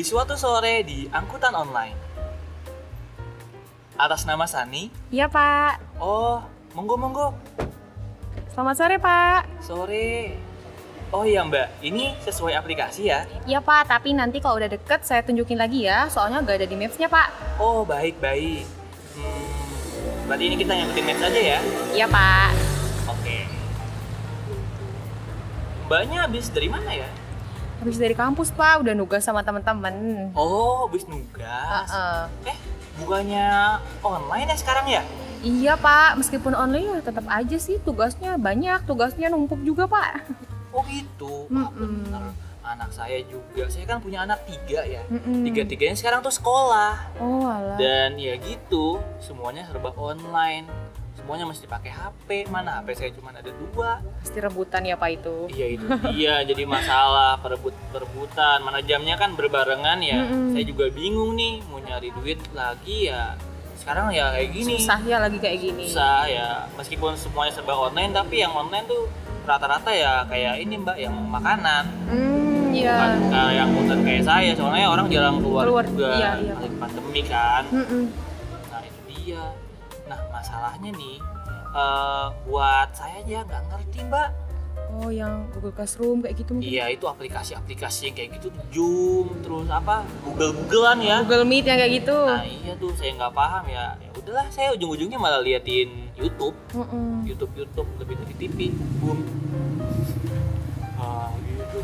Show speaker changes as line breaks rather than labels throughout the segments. suatu sore di angkutan online. Atas nama Sani.
Iya pak,
Oh, monggo monggo.
selamat sore pak.
Sore. Oh iya Mbak, ini sesuai aplikasi ya?
Iya pak, tapi nanti kalau udah deket saya tunjukin lagi ya, soalnya nggak ada di mapsnya pak.
Oh baik baik. Hmm, berarti ini kita ngikutin maps aja ya?
Iya pak.
Oke. Mbaknya habis dari mana ya?
Habis dari kampus pak, udah nugas sama temen-temen.
Oh, habis nugas.
Heeh.
Eh, bukannya online ya sekarang ya?
Iya pak, meskipun online ya tetap aja sih tugasnya banyak, tugasnya numpuk juga pak.
Oh gitu. Ah,
Mm-mm.
bener. Anak saya juga. Saya kan punya anak tiga ya.
Mm-mm.
Tiga-tiganya sekarang tuh sekolah.
Oh alah.
Dan ya gitu, semuanya serba online. Semuanya mesti pakai HP. Mana HP saya cuma ada dua.
Pasti rebutan ya pak itu.
Iya itu dia jadi masalah perebut perebutan. Mana jamnya kan berbarengan ya.
Mm-mm.
Saya juga bingung nih mau nyari duit lagi ya. Sekarang ya kayak gini.
Susah ya lagi kayak gini.
Susah ya. Meskipun semuanya serba online tapi yang online tuh rata-rata ya kayak ini Mbak yang makanan. bukan
Hmm, iya.
kayak yang angkutan kayak saya soalnya orang jarang keluar,
Keluar,
juga
iya, iya.
lagi pandemi kan
Mm-mm.
nah itu dia nah masalahnya nih eh, buat saya aja nggak ngerti mbak
Oh yang Google Classroom kayak gitu mungkin.
iya itu aplikasi-aplikasi yang kayak gitu Zoom terus apa Google Googlean ya
Google Meet yang kayak gitu.
nah iya tuh saya nggak paham ya ya udahlah saya ujung-ujungnya malah liatin YouTube
Mm-mm.
YouTube YouTube lebih dari TV boom ah gitu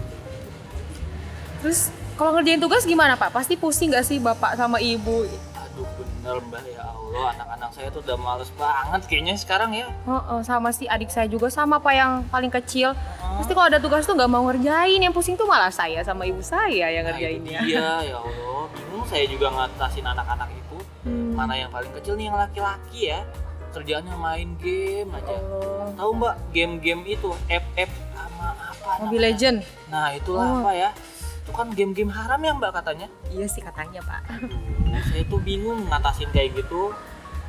Terus kalau ngerjain tugas gimana Pak? Pasti pusing nggak sih Bapak sama Ibu?
aduh bener mbak ya Allah anak-anak saya tuh udah males banget kayaknya sekarang ya
Oh, oh, sama sih adik saya juga sama Pak yang paling kecil.
Nah,
Pasti kalau ada tugas tuh nggak mau ngerjain, yang pusing tuh malah saya sama ibu saya yang
Iya,
ngerjainnya.
ya Allah. Bingung saya juga ngatasin anak-anak itu.
Hmm.
Mana yang paling kecil nih yang laki-laki ya. Kerjaannya main game aja.
Oh,
Tahu Mbak, game-game itu FF sama apa namanya?
Mobile Legend.
Nah, itulah
Oh.
apa ya? Itu kan game-game haram ya Mbak katanya.
Iya sih katanya Pak.
Aduh, saya tuh bingung ngatasin kayak gitu.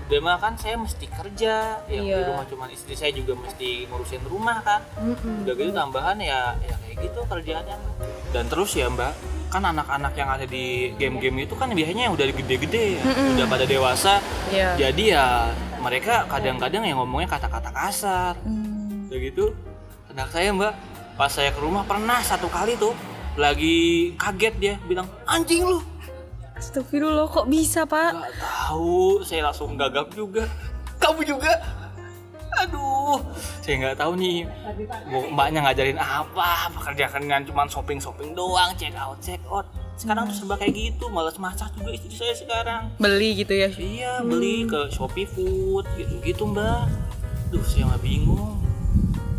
Udah mah kan saya mesti kerja, yang di
Iya.
rumah cuman istri saya juga mesti ngurusin rumah kan.
Mm-mm.
udah gitu tambahan ya ya kayak gitu kerjaannya dan terus ya mbak kan anak-anak yang ada di game-game itu kan biasanya yang udah gede-gede ya
Mm-mm.
udah pada dewasa
Iya.
jadi ya mereka kadang-kadang yang ngomongnya kata-kata kasar
Hmm.
udah gitu anak saya mbak pas saya ke rumah pernah satu kali tuh lagi kaget dia bilang anjing lu
Astagfirullah kok bisa Pak?
nggak tahu saya langsung gagap juga kamu juga aduh saya nggak tahu nih mau mbaknya ngajarin apa pekerjaan cuma shopping shopping doang check out check out sekarang tuh serba kayak gitu malas masak juga istri saya sekarang
Beli gitu ya.
iya beli ke shopee food gitu gitu mbak duh saya mah bingung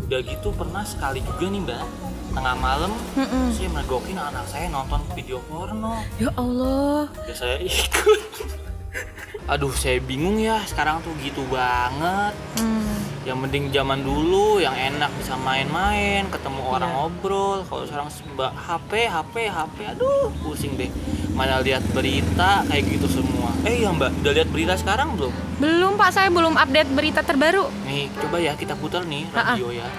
udah gitu pernah sekali juga nih mbak tengah malam
Mm-mm.
saya mergokin anak saya nonton video porno
Ya Allah.
Ya saya ikut. Aduh, saya bingung ya sekarang tuh gitu banget.
Hmm.
Yang mending zaman dulu yang enak bisa main-main, ketemu orang
Iya.
ngobrol. Kalau sekarang sembah HP, HP, HP. Aduh, pusing deh. Mana lihat berita kayak gitu semua. Eh, ya Mbak, udah lihat berita sekarang belum?
Belum Pak, saya belum update berita terbaru.
Nih, coba ya kita putar nih
Ha-ha.
radio ya.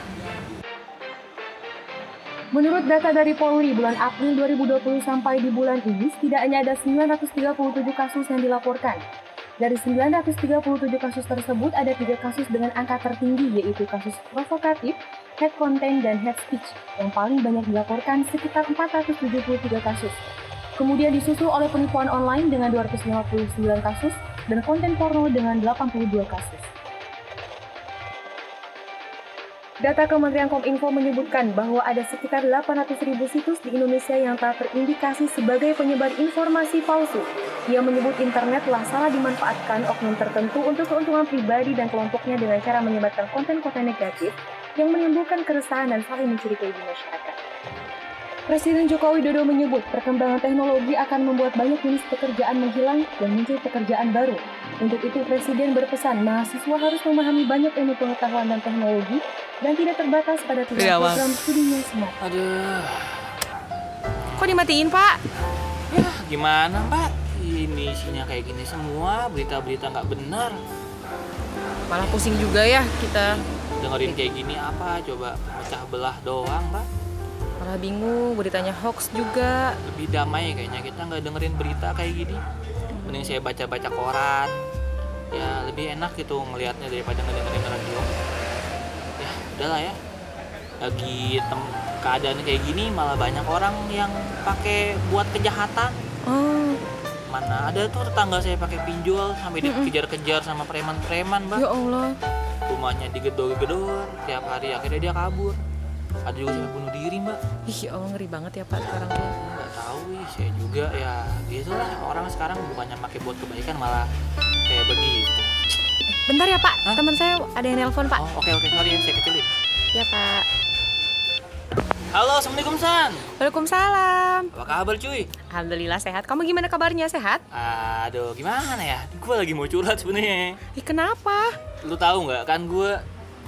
Menurut data dari Polri, bulan April 2020 sampai di bulan ini, setidaknya ada 937 kasus yang dilaporkan. Dari 937 kasus tersebut, ada tiga kasus dengan angka tertinggi, yaitu kasus provokatif, hate content, dan hate speech, yang paling banyak dilaporkan sekitar 473 kasus. Kemudian disusul oleh penipuan online dengan 259 kasus, dan konten porno dengan 82 kasus. Data Kementerian Kominfo menyebutkan bahwa ada sekitar 800 ribu situs di Indonesia yang telah terindikasi sebagai penyebar informasi palsu. Ia menyebut internet telah salah dimanfaatkan oknum tertentu untuk keuntungan pribadi dan kelompoknya dengan cara menyebarkan konten-konten negatif yang menimbulkan keresahan dan saling mencurigai di masyarakat. Presiden Joko Widodo menyebut perkembangan teknologi akan membuat banyak jenis pekerjaan menghilang dan muncul pekerjaan baru. Untuk itu, Presiden berpesan mahasiswa harus memahami banyak ilmu pengetahuan dan teknologi dan tidak terbatas pada tujuan
Iya, Bang.
program studinya semata.
Aduh.
Kok dimatiin, Pak?
Yah, gimana, Mbak? Ini isinya kayak gini semua, berita-berita nggak benar.
Malah pusing juga ya kita.
Dengerin kayak gini apa? Coba pecah belah doang, Mbak.
Malah bingung, beritanya hoax juga.
Lebih damai kayaknya kita nggak dengerin berita kayak gini. Mending saya baca-baca koran. Ya lebih enak gitu ngelihatnya daripada ngedengerin radio. Ya udahlah ya. Lagi tem- keadaan kayak gini malah banyak orang yang pakai buat kejahatan.
Oh,
Mana ada tuh tetangga saya pakai pinjol sampai dikejar-kejar sama preman-preman, Mbak.
ya Allah.
rumahnya digedor-gedor tiap hari akhirnya dia kabur ada juga sampai bunuh diri mbak
Ih, ya Allah ngeri banget ya Pak sekarang tuh.
nggak tahu ih, saya juga ya gitulah orang sekarang bukannya pakai buat kebaikan malah kayak begitu
Bentar ya Pak,
Hah?
teman saya ada yang nelpon Pak.
oh oke oke sorry saya kecilin
Ya Pak.
halo assalamualaikum san
Waalaikumsalam.
apa kabar cuy
Alhamdulillah sehat. Kamu gimana kabarnya? Sehat?
aduh gimana ya gue lagi mau curhat sebenarnya
Ih, kenapa?
lu tahu nggak kan gue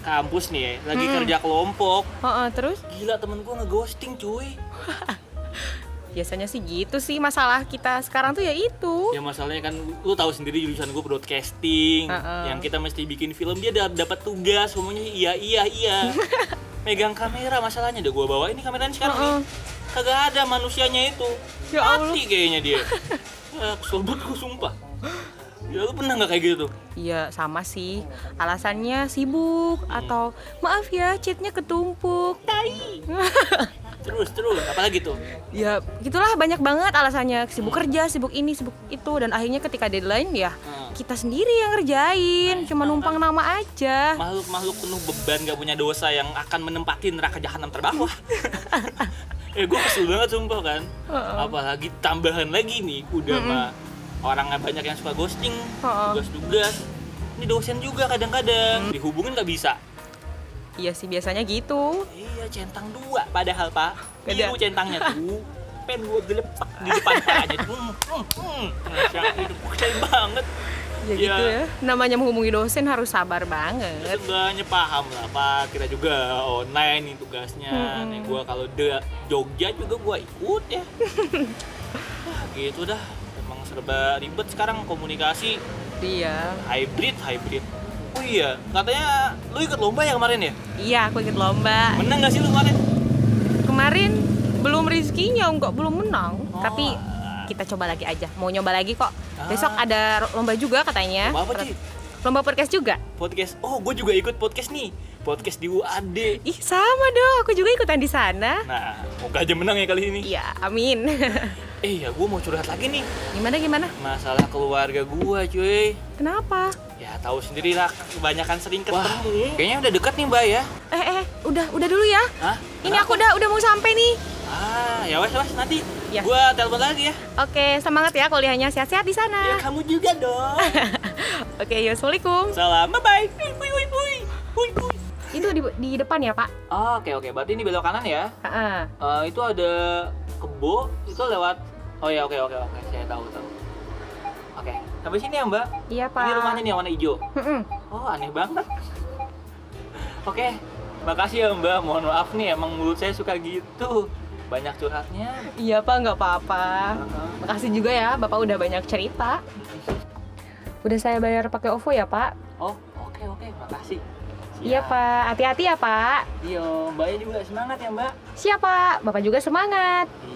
kampus nih ya, lagi kerja kelompok
Oh, oh, terus?
gila temen gue ngeghosting cuy
Biasanya sih gitu sih masalah kita sekarang tuh ya itu.
ya masalahnya kan lu tahu sendiri jurusan gue broadcasting
Heeh.
yang kita mesti bikin film dia da- dapat tugas semuanya iya iya iya megang kamera masalahnya udah gue bawa ini kameranya sekarang
Heeh.
nih kagak ada manusianya itu
Uh-uh. Ya Allah.
mati kayaknya dia ya, kesel banget gue sumpah ya lu pernah nggak kayak gitu
Iya sama sih. Alasannya sibuk atau maaf ya chatnya ketumpuk. Tai.
terus terus apalagi tuh
ya gitulah banyak banget alasannya sibuk kerja, sibuk ini, sibuk itu dan akhirnya ketika deadline ya
Hmm. Nah,
kita sendiri yang ngerjain, cuma numpang nama aja.
makhluk makhluk penuh beban gak punya dosa yang akan menempati neraka jahanam terbawah eh gue kesel banget sumpah kan apalagi tambahan lagi nih udah mah orang banyak yang suka ghosting
Heeh.
tugas-tugas ini dosen juga kadang-kadang dihubungin nggak bisa
Iya sih biasanya gitu.
iya centang dua padahal pak
Beda.
biru centangnya tuh pen gue gelepak di depan palanya hmm, hmm, hmm. Masya Allah, itu keren banget Iya.
Ya, gitu ya. Namanya menghubungi dosen harus sabar banget.
Sebenarnya paham lah Pak, kita juga online nih tugasnya. Nih gua kalau de Jogja juga gua ikut ya. Wah, gitu dah. Emang serba ribet sekarang komunikasi
Iya.
hybrid hybrid. Oh iya, katanya lu ikut lomba ya kemarin ya?
Iya, aku ikut lomba.
Menang gak sih lu kemarin?
Kemarin belum rizkinya, nggak belum menang.
Oh. Ah.
Tapi kita coba lagi aja. Mau nyoba lagi kok. Besok ada lomba juga katanya.
Lomba apa
Per-
sih?
Lomba podcast juga.
Podcast. Oh, gua juga ikut podcast nih. Podcast di UAD.
Ih, sama dong. Aku juga ikutan di sana.
Nah, moga aja menang ya kali ini.
Iya, amin.
Eh, ya gua mau curhat lagi nih.
gimana gimana?
Masalah keluarga gua, cuy.
Kenapa?
Ya tahu sendiri lah, kebanyakan sering ketemu. kayaknya udah dekat nih mbak ya.
Eh eh, udah udah dulu ya.
Hah?
Ini aku udah udah mau sampai nih.
Ah, ya wes wes nanti
Ya.
gua telepon lagi ya.
Oke, semangat ya kuliahnya. Sehat-sehat di
Ya
sana.
kamu juga dong.
Oke, yuk, Assalamualaikum.
Salam, bye bye. Hui hui hui hui hui.
Itu di, di depan ya, Pak?
Oke oke, berarti ini belok kanan ya.
Heeh.
Eh, itu ada kebo, itu lewat. Oh ya oke oke oke, saya tahu tahu. Oke, sampai sini ya mbak.
Iya, Pak.
Ini rumahnya nih yang warna hijau.
Mm-mm.
Oh aneh banget. Oke, makasih ya mbak. Mohon maaf nih, emang mulut saya suka gitu. Banyak curhatnya.
Iya, Pak, nggak apa-apa. Makasih juga ya, Bapak udah banyak cerita. Udah saya bayar pakai OVO ya, Pak?
Oh, oke oke, makasih.
Iya,
Siap.
Pak. Hati-hati ya, Pak.
Iya, Mbaknya juga semangat ya, Mbak. Iya,
Siap, Pak. Bapak juga semangat.